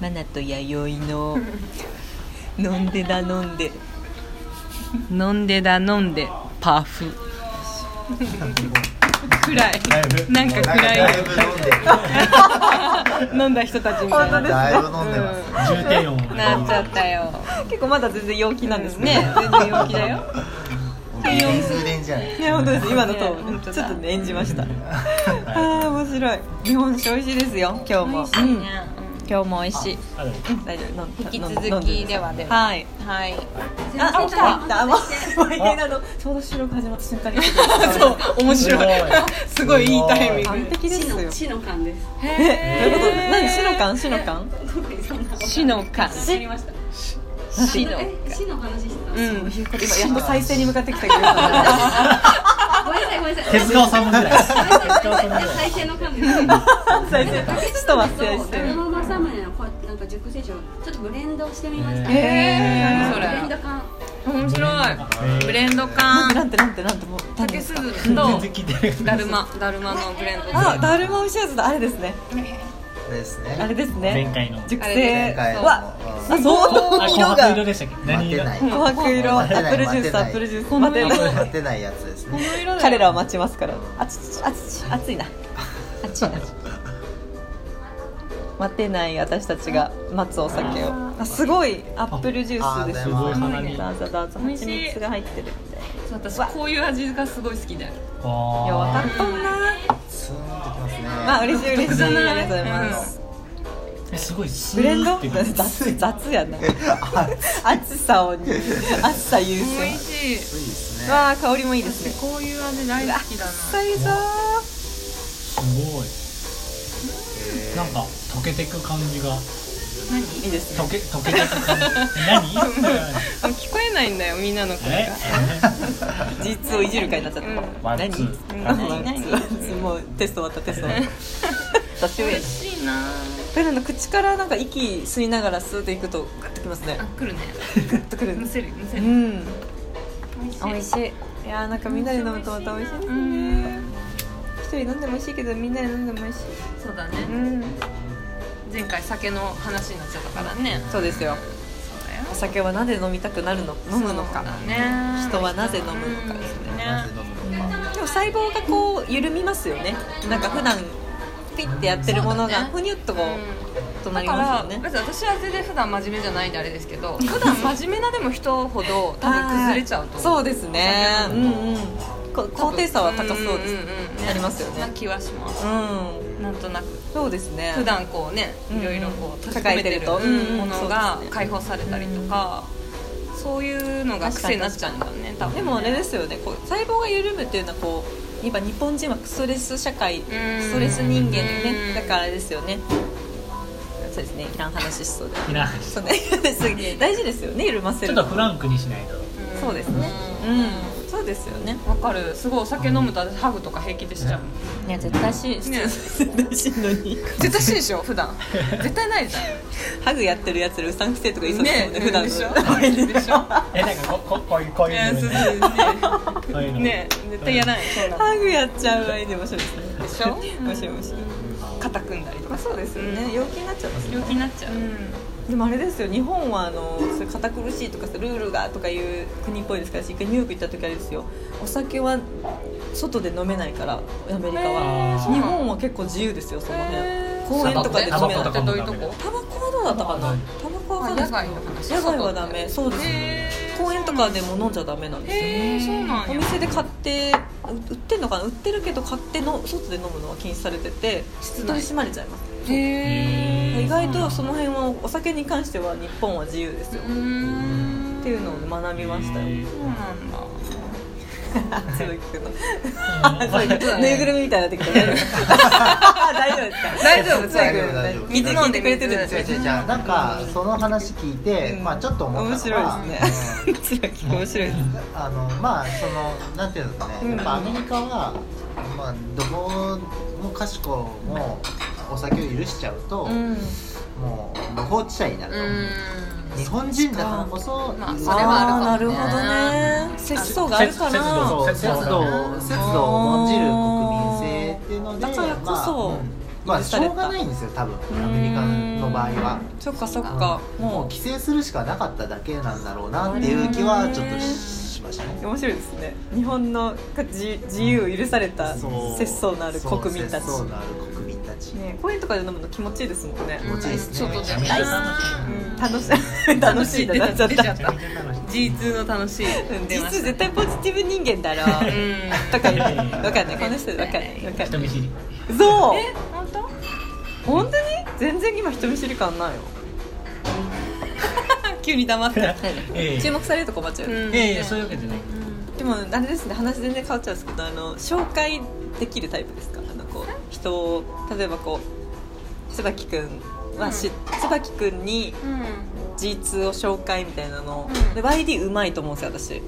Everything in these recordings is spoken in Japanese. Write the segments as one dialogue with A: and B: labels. A: マナと弥生の飲んでだ飲んで
B: 飲んでだ飲んでパフ暗い
C: だいぶ
B: なんか暗い
C: だいぶ飲んでる
B: 飲んだ人たちみたいな
C: だいぶ飲んでます
D: 重低音
B: なっちゃったよ
A: 結構まだ全然陽気なんです
B: ね
A: ね
B: 全然陽気だよ
C: 俺レンズレンじゃない
A: ね本当です今の
B: ね本当
A: と
B: だ
A: ちょっとね演じましたあー面白い日本酒美味しいですよ今日
B: 美
A: も
B: 味しいね
A: うん今日も美味しい
D: あでも
A: 大丈夫飲ん
B: 引き
A: 飲ん
B: 続
A: 飲んでくだ
B: きではでは
A: さいはい
B: はい
A: あ、起
B: あ起
A: きた
B: きた
A: 起きたもう毎回あのちょうど収録始まった瞬間にそう
B: そう面白いすごいいいタイミン
A: 完
B: グ
A: 璧ですよ
E: 死の感です。
A: えどういうこと何シノカンシノカン
E: 特にそんなこと
B: 死の感
E: 知りました。
B: 死の
E: え死の話してた。
B: うん
A: 今やっと再生に向かってきたけどよくわかんない
E: ごめんなさいごめんなさい。
D: 手塚さんぐらい
E: ごめんなさいごめんなさい再生の感です。
A: 再生ちょっと忘れ
E: そう
A: して
E: ダル
A: る
E: ママサムネのこうなんか熟成酒をちょっとブレンドしてみました。
D: へ
B: えー
E: ブレンド感。
B: 面白いブレンド
A: な
B: 缶
A: んてなんてなんてもう
B: 竹
A: す
B: す
A: ぐ
B: ず
D: 全
B: と
D: 然聞いてな
B: だ
D: い
B: るまだるまのブレンド
A: あ、ダルマオシアーズだあれですね
C: ですね
A: あれですね
D: 前回の
A: 熟
B: あれです
A: 成
C: 前回の
A: わ
C: うん
A: あ、相当
D: あ
A: 色
D: 紅白色
A: が
D: でしたっけ
C: 待てない
A: 琥珀色ア
C: 待て
A: ッ
C: ない
A: プルジュースアップルジュースこの
B: 色
A: 色
C: 待てないやつですね
A: 彼らを待ちますからあちちあちち暑いな暑いな待てない私たちが待つお酒をあすごいアップルジュースです
C: ああ
D: ごい花見
A: ダーザダーザ
B: 美味しい
A: 蜂蜜が入ってるみたいな
B: 私こういう味がすごい好きだよ
A: いや分か
D: あ
A: っとんな
C: スーンときますね
A: まあ嬉しい嬉しいあり
B: 独特じゃな
A: が
B: い
A: とうございます、
D: ーえすごいス
A: ブレン
D: ー
A: ド
D: って感じ
A: 雑雑やな暑さをに暑さ優
B: 美
A: 先
B: 味しい
C: いいですね
A: わあ香りもいいですね
B: こういう味大好きだな
A: 臭いぞ
D: すごいなんか溶けてく感じが
A: ーいいですね
D: 溶け溶けてく感じ何
B: あ聞こえないんだよみんなの声
D: え
B: が
A: 実をいじる会になっちゃった、
B: うん
D: ワンツー
A: 何ワン
B: 何
A: ツーワンツーもうテスト終わったテスト終わった年上
B: 美味しいな
A: ペルの口からなんか息吸いながら吸っていくとグッときますね
B: あ来るね
A: グッとくる
B: むせるむせ
A: う
B: る
A: ん
B: 美味し
A: い
B: い
A: やーなんかみんなで飲むとまた美味しいですね一人飲んでも美味しいけどみんなで飲んでも美味しい
B: そうだ
A: う
B: ね
A: ん
B: 前回酒の話になっちゃったからね
A: そうですよ
B: そうだよ
A: お酒はなぜ飲みたくなるの飲むのか
B: そうだね
A: 人はなぜ飲むのかですね
B: ね
C: なぜ飲むのか
A: でも細胞がこう緩みますよねなんか普段ピッてやってるもの
B: そうだ
A: が
B: ね
A: ふにゅっとこうとな
B: だ
A: り
B: か
A: ます
B: ら
A: よね
B: 別に私は全然普段真面目じゃないんであれですけど普段真面目なでも人ほど多分崩れちゃうと思う
A: そうですね
B: お
A: うん
B: 酒飲むと
A: うんこ高低差は高そうです
B: んんうん
A: ありますよね
B: な気はします
A: うん
B: なんとなく
A: そうですね
B: 普段こうね
A: うん
B: いろいろこう閉じ
A: 抱
B: 込
A: え
B: め
A: て
B: て
A: る
B: る
A: と
B: うんも
A: うん
B: のが
A: そうですね
B: 解放されたりとかそういうのが癖になっちゃうんだね多分
A: でもあれですよねこう細胞が緩むっていうのはこうやっぱ日本人はストレス社会ストレス人間で
B: う
A: ね
B: ん
A: だからあれですよねそうですねいらん話しそうで
D: いらん
A: そう ね大事ですよね緩ませ
D: ちょ
A: る
D: っ
A: の
D: とフランクにしないと
B: うん
A: そうですねうんそうですよね
B: わかるすごいお酒飲むと私ハグとか平気でしちゃう
A: いや絶対し
B: ね
A: 絶対しんのに
B: 絶対しいでしょ普段絶対ないじゃん
A: ハグやってるやつらうさんくせえとか言いそうですもんね
B: ね
A: 普段の
B: でしょ
A: でしょ ハ
D: えなんかこここういうこういうのねこういうの
B: ね絶対やらないそうな
A: グやっちゃう相手面白いですね
B: でしょ
A: 面白い面白い
B: 肩組んだりと
A: まあ
B: か
A: そうですよね陽気になっちゃいます
B: 病気になっちゃう
A: でもあれですよ日本はあのそういう堅苦しいとかさルールがとかいう国っぽいですから一回ニューヨーク行った時あれですよお酒は外で飲めないからアメリカ
D: へ
A: は
D: ーそう
A: 日
D: なの
A: 本は結構自由ですよその辺公
D: 園とかで飲めな
B: タ
D: い
B: バコってどういうとこ
A: タバコはどうだったかなタバコは分かんないですけど
B: あ
A: 野
B: 野
A: 外
B: 外の話
A: はダメそうです
B: へー
A: 公園とかでも飲んじゃダメなんですよ
B: へえそうなん
A: お
B: や
A: 店で買ってう売ってんのかな売ってるけど買っての外で飲むのは禁止されてて
B: 室
A: 取
B: 内
A: り締まれちゃいます
B: へ
A: 意外とその辺はお酒に関しては日本は自由ですよ
B: うーん
A: っていうのを学びましたよ
B: そうなんだ
A: 鈴木くんの
D: うん
A: そういうぬいぐるみみたいになってきた大丈夫ですか鈴木
B: 大丈夫
C: 大丈夫大丈
A: く
C: 夫
A: ん水飲んでくれてるんです
C: 違
A: よ
C: う違う違うなんかその話聞いて、まあちょっと思ったの
A: 面
C: は
A: 白いですね鈴木くん面白いです
C: あのまあそのなんていうんですかね、やっぱアメリカは、まあ、どこのかしこもお酒を許しちゃうと、
A: うん
C: もう無法地帯になる
B: う
C: と、
B: ーん
C: 日本人だからこそ、
B: まあそれ
A: あ
B: は
A: ー
B: あ
A: な
B: る
A: る
B: かもね
A: ほどね節操があるか
D: 節度
A: ら
C: そう節度を節度を重んじる国民性っていうので
A: だからこそ
C: まあ
A: 許
C: うんまあし
A: され
C: ょ
A: た
C: うがないんですよ多分アメリカの場合は
A: そっかそっか
C: もう
A: も
C: 規制するしかなかっただけなんだろうなっていう気はちょっとししましたね
A: う面白いですね日本の自自由許された
C: そう
A: 節操のある国民たち
C: そう節操のある国民たち
A: ね公園とかで飲むの気持ちいいですもんね
C: 持ちいいですね
B: うん外で
C: めちゃめちゃ楽しい
A: うん楽しい 楽しいだなっちゃっ
B: 出ちゃ
A: た
B: っ
D: めち
B: た
D: ゃめちゃ楽しい
B: G2 の楽しい
A: うん
B: 出ま
A: 実
B: し
A: 絶対ポジティブ人間だ ろ
B: たうん
A: とか言ってわかんないこの人わかんないわかんな
D: 人
A: い
D: 見知り
A: そう
B: え本当
A: 本当に全然今人見知り感 ないよ急に黙 って
D: ええ
A: 注目されると困っちゃう、
B: うん
D: ええそういうわけじゃない
A: でもあれですね話全然変わっちゃうんですけどあの紹介できるタイプですかあのこう人を例えばこう椿くんはし、椿くんに
B: うん
A: G2 を紹介みたいなの、
B: うん
A: で YD うまいと思うんですよ私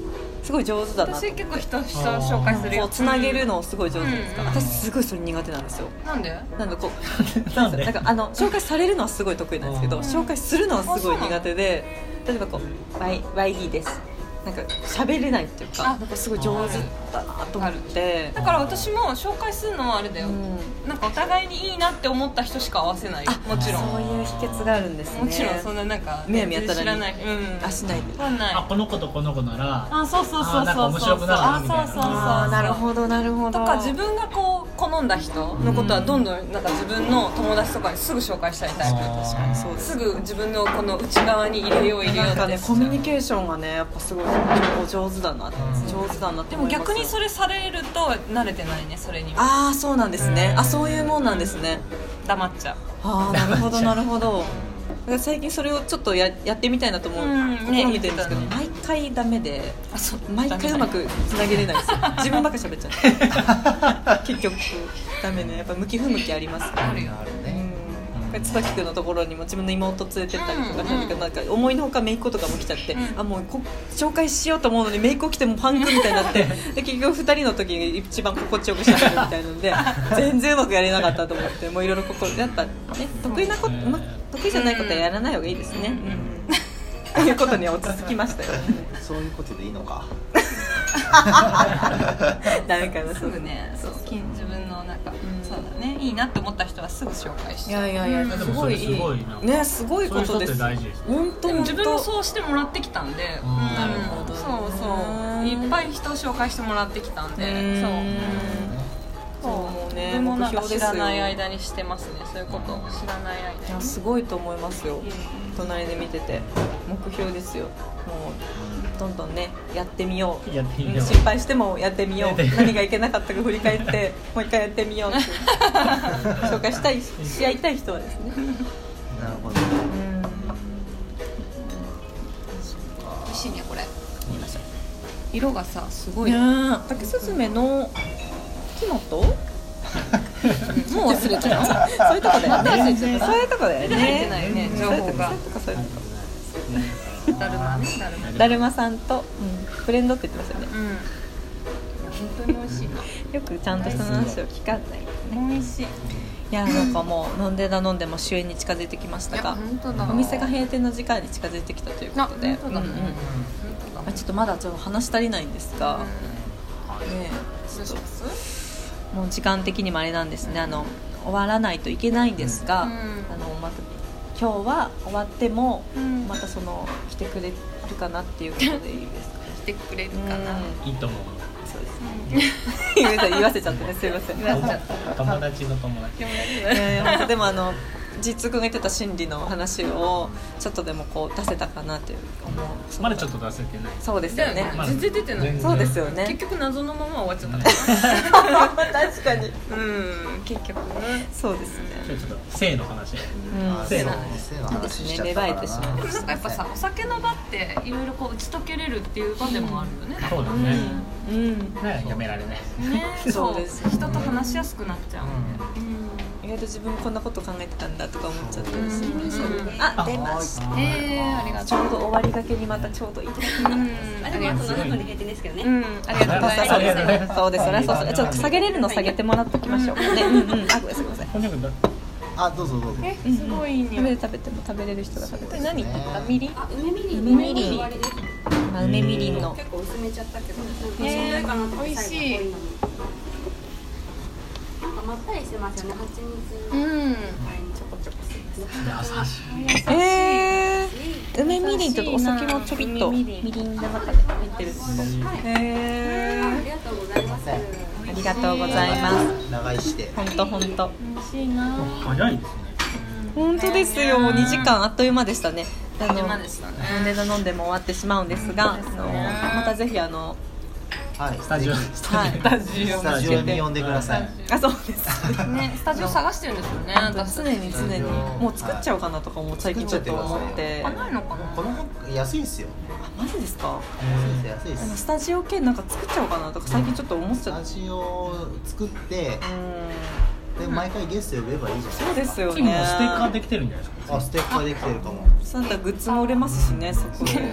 A: すごい上手だなと
B: 私結構人人紹介する
A: こ
B: よ
A: うつなげるのすごい上手じゃないですか、
D: うん
A: 私すごいそれ苦手なんですよ
B: うんなんで
A: なんでこう
D: なんで
A: なんかあの紹介されるのはすごい得意なんですけど、
D: うん
A: 紹介するのはすごい
B: あそうなの
A: 苦手で例えばこう「Y- YD です」なんか喋れないっていうか
B: あ
A: なんかすごい上手だなと思って
B: だから私も紹介するのはあれ
A: う
B: だよ
A: ん
B: なんかお互いにいいなって思った人しか合わせないよ
A: あ
B: もちろん
A: そういう秘訣があるんですね
B: もちろんそんななんか
A: むやみやたらに
B: 知らないうん
A: あしないで
B: 分かんない
D: あこの子とこの子なら
B: あそうそうそ
D: あ
B: う
D: なんか
B: そう
D: 面
B: そ
D: 白
B: う
D: く
B: そう
D: な
B: あ
D: る
B: そう
D: な
B: そ
D: みたいな
B: うそう
A: あーなるほどなるほど
B: とか自分がこう好んだ人のことはどんどんなんか自分の友達とかにすぐ紹介したいタイプ
D: あー
A: そうです
B: すぐ自分のこの内側に入れよう入れよう
A: なんか
B: って
A: ねコミュニケーションがねやっぱすごいお上手だなって上手だなって
B: で
A: 思
B: も
A: います
B: 逆にそれされると慣れてないねそれには
A: ああそうなんですねあそういうもんなんですね
B: 黙っちゃう
A: ああなるほどなるほど最近それをちょっとややってみたいなと思う
B: うんね
A: 試みてるんですけど、
B: 言って
A: 毎回ダメで
B: あそう
A: 毎回うまくつなげれないですよ自分ばっか喋っちゃう結局ダメねやっぱ向き不向きありますから
B: あるよ
C: ある
A: う
C: ね
A: んこれ椿君のところにも自分の妹連れてったりとか,、
B: うんうん
A: なんか思いのほか姪っ子とかも来ちゃって、
B: うん
A: あもうこ紹介しようと思うのに姪っ子来てもパンクみたいになって で結局2人の時に一番心地よくしゃべるみたいなので全然うまくやれなかったと思ってもういろいろ心やっぱね得意なこと、
D: うん
A: ま、得意じゃないことはやらない方がいいですね、うんということに落ち着きましたよ
C: そういうことでいいのか
A: ダメかな
B: すぐねそう自分のなんか
A: ん
B: そうだねいいなって思った人はすぐ紹介し
A: い
B: て
A: やいやいや、
D: うん
A: すごいい
D: でもそれすごいな
A: ねすごい
D: そうい
A: こ
D: う
A: と
D: 人っ
A: で
D: て
A: す
D: 大事ですね
A: 本当
B: でも自分も
A: 本
B: そうしてもらってきたんで、
D: うん
B: うん
D: なるほ
A: どね
B: そうそういっぱい人を紹介してもらってきたん
A: 当
B: で
A: うん
B: そう
A: そうもうね
B: 自分もなんか
A: 目標で
B: 知
A: すよ
B: らない間にしてますねそういうことを知らない
A: い
B: 間
A: や
B: に
A: すごいと思いますよ
B: うん
A: 隣で見てて目標ですよもうどんどんねやってみよう
D: やってみ
A: う
D: よ
A: ん
D: う
A: 失敗してもやってみよ
D: やっ
A: う
D: てみよう
A: 何がいけなかったか振り返ってもう一回やってみようって紹介したいし合いたい人はですね
C: なるほど
B: 美味しいねこれ色がさすごい、
A: ね竹すずめの木のと
B: もう忘れちゃった
A: そういうとこだよね
B: 全然
A: そういうとこだよね
B: 入ってないね情報が
A: そういうとこそういうとこ
B: だるまねだるま
A: だるまさんと、フレンドって言ってましたよね
B: うん本当に美味しいな
A: よくちゃんとその話を聞かない
B: 美味しい
A: いやなんかもう飲んでだ飲んでも終焉に近づいてきましたが
B: 当
A: お店が閉店の時間に近づいてきたということで
B: あ本当だ
A: うんうんま
B: 本
A: あ、ちょっとまだちょっと話足りないんですが、ね
B: どうします
A: えもう時間的にもあれなんですねあの終わらないといけないんですが、
B: うん
A: あのまた今日は終わっても
B: うん
A: またその来てくれるかなっていうことでいいですか、
B: 来てくれる
A: うん、
B: かな、
D: いいと思う
A: そうですね ごめんなさい言わせちゃってねすいません
B: 言わせちゃった
D: 友達の友達
A: いやいや本当でもあの実君が言ってた心理の話をちょっとでもこう出せたかなっていう思う
D: まだちょっと出せてない
A: そうですよね
B: だよ
D: まだ
B: 全然出てない
D: 全然
A: そうですよね
B: 結局謎のまま終わっちゃっ
A: 確かに
B: たうん結局ね
A: そうですね、
D: 今日ちょっと性の話
A: うん、
C: 性の
A: そうです
C: 話
A: ね
C: しちゃったから
A: 芽生えてしまい
B: なんかやっぱさお酒の場っていろいろこう打ち解けれるっていう場でもあるよね、
D: そうだね
A: うん
D: ねやめられない
B: ね
A: そ
B: そうう
A: です
B: 人と話しやすくなっちゃう、
A: 意外と自分こんなこと考えてたんだとか思っちゃったりする、
B: うん
A: そういう
B: あ
A: あ出まし
B: ええー、ありが
A: たち
B: とう
A: ょうど終わりがけにまたちょうどいい時に
B: うん
E: あ
B: あ
E: で
B: り
E: もあ
B: がと
E: と
B: う
E: 7分で閉店ですけどね、
B: うんありがとうござい
A: そう
B: ま
A: ですすねそうですそれはそうですちょっと下げれるの下げてもらっときましょうかねうんうんあごめんなさいごめんなさい
D: こんにゃくだ
C: あどうぞどうぞ
B: えすごい
A: 食べ
B: ね
A: る食べても食べれる人が食べ
B: こ
A: て
B: れ
A: る
B: 何
C: ね
B: みりん
E: あ梅みりん
A: 梅みりん
E: のあれです
A: まあ梅みりんの
E: 結構薄めちゃったけど、
B: ね
E: なんかそんなかなと思って
B: 美味しい
E: 最後こううのもなんかまったりしてますよね蜂
B: う
E: 蜜み
B: ん
E: たいにちょこちょこしてます
D: 優しい
A: え
E: しい
A: ー、梅みりんとかお酒もちょびっと
B: 梅みりん
A: みりんの中で入ってる
E: はい
A: へ
E: あ
A: え
E: りがとうございます
A: ありがとうございます
C: 長いして
A: 本当本当
B: 美味しいな
D: 早いですね
A: 本当ですよ2時間あっという間でしたねあの
B: 今でしたね
A: 飲んで飲んでも終わってしまうんですが、
B: そうですね
A: あのまたぜひあの、
C: はい
D: スタジオ
C: ぜ
D: スタ
A: はい、
D: ジオ
A: スタジ
C: ひスタジオに呼んでください
A: あそうです
B: ねスタジオ探してるんですよね私
A: 常
B: たち
A: に常にもう作っちゃおうかなとかも最近ちょっと思って
B: あないのか
C: こ
B: な
C: の本安いですよ
A: あマジですか
C: 安いです安いで
A: あの
C: す
A: スタジオ券なんか作っちゃおうかなとか最近ちょっと思っ
C: ス
A: ちゃ
C: タ
A: っ
C: ジオを作って
A: たうん
C: で毎回ゲスト呼べばいいじゃない
A: そう
C: で
A: です
C: か
A: すよ
D: 次もう
A: ね
D: ステッカーできてるんじゃないですか
C: あステッカーできてるかも
A: そうだったらグッズも売れますしねそこ
C: そう
A: で
C: 売れ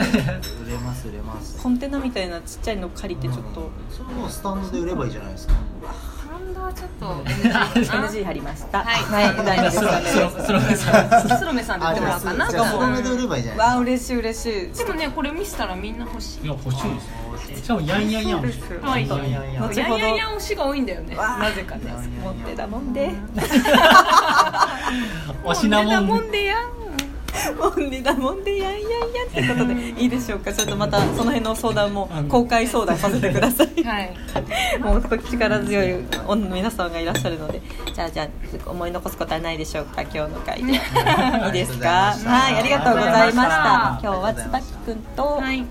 C: ます売れます
A: コンテナみたいなちっちゃいの借りてちょっ
C: う
A: と
C: んそれもうスタンドで売ればいいじゃないですか
B: ハンドはちょっと
A: NG 貼りました
B: はい
A: はい大丈夫で
D: スロ
A: す
D: スローさん
B: スロメさんで
C: あ
B: 言っ
C: じ
B: てもらお
C: ゃ
B: う
C: あ
B: かな
C: スじ
B: と
C: ゃあスタン
B: 思
C: ド
B: う
C: で売ればいいじゃ
A: わあ
C: ない
A: 嬉しい嬉しい
B: でもねこれ見せたらみんな欲しい
D: いや欲しいですねしかもヤンヤンヤン欲しい
A: そうです
B: はい
C: ですかいやいやいや
A: 後ほど
B: やんやんやん推しが多いんだよね
A: わあ
B: なぜかね
A: 持ってたもんで
D: お
B: も
D: 品
B: うねだ
D: 物
B: もんでやん
A: もんでだもんでやんやんやんってことでいいでしょうかちょっとまたその辺の相談も公開相談させてください
B: はい
A: もう少し力強い女の皆さんがいらっしゃるのでじゃあじゃあ思い残すことはないでしょうか今日の会で いいですかはいありがとうございました
C: ありがとうござい
A: 今日
C: ました
A: は椿くんと
B: はい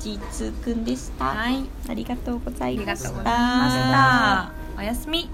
A: ちいつーくんでした、
B: はい
A: ありがとうございました
B: ありがとうございましたおやすみ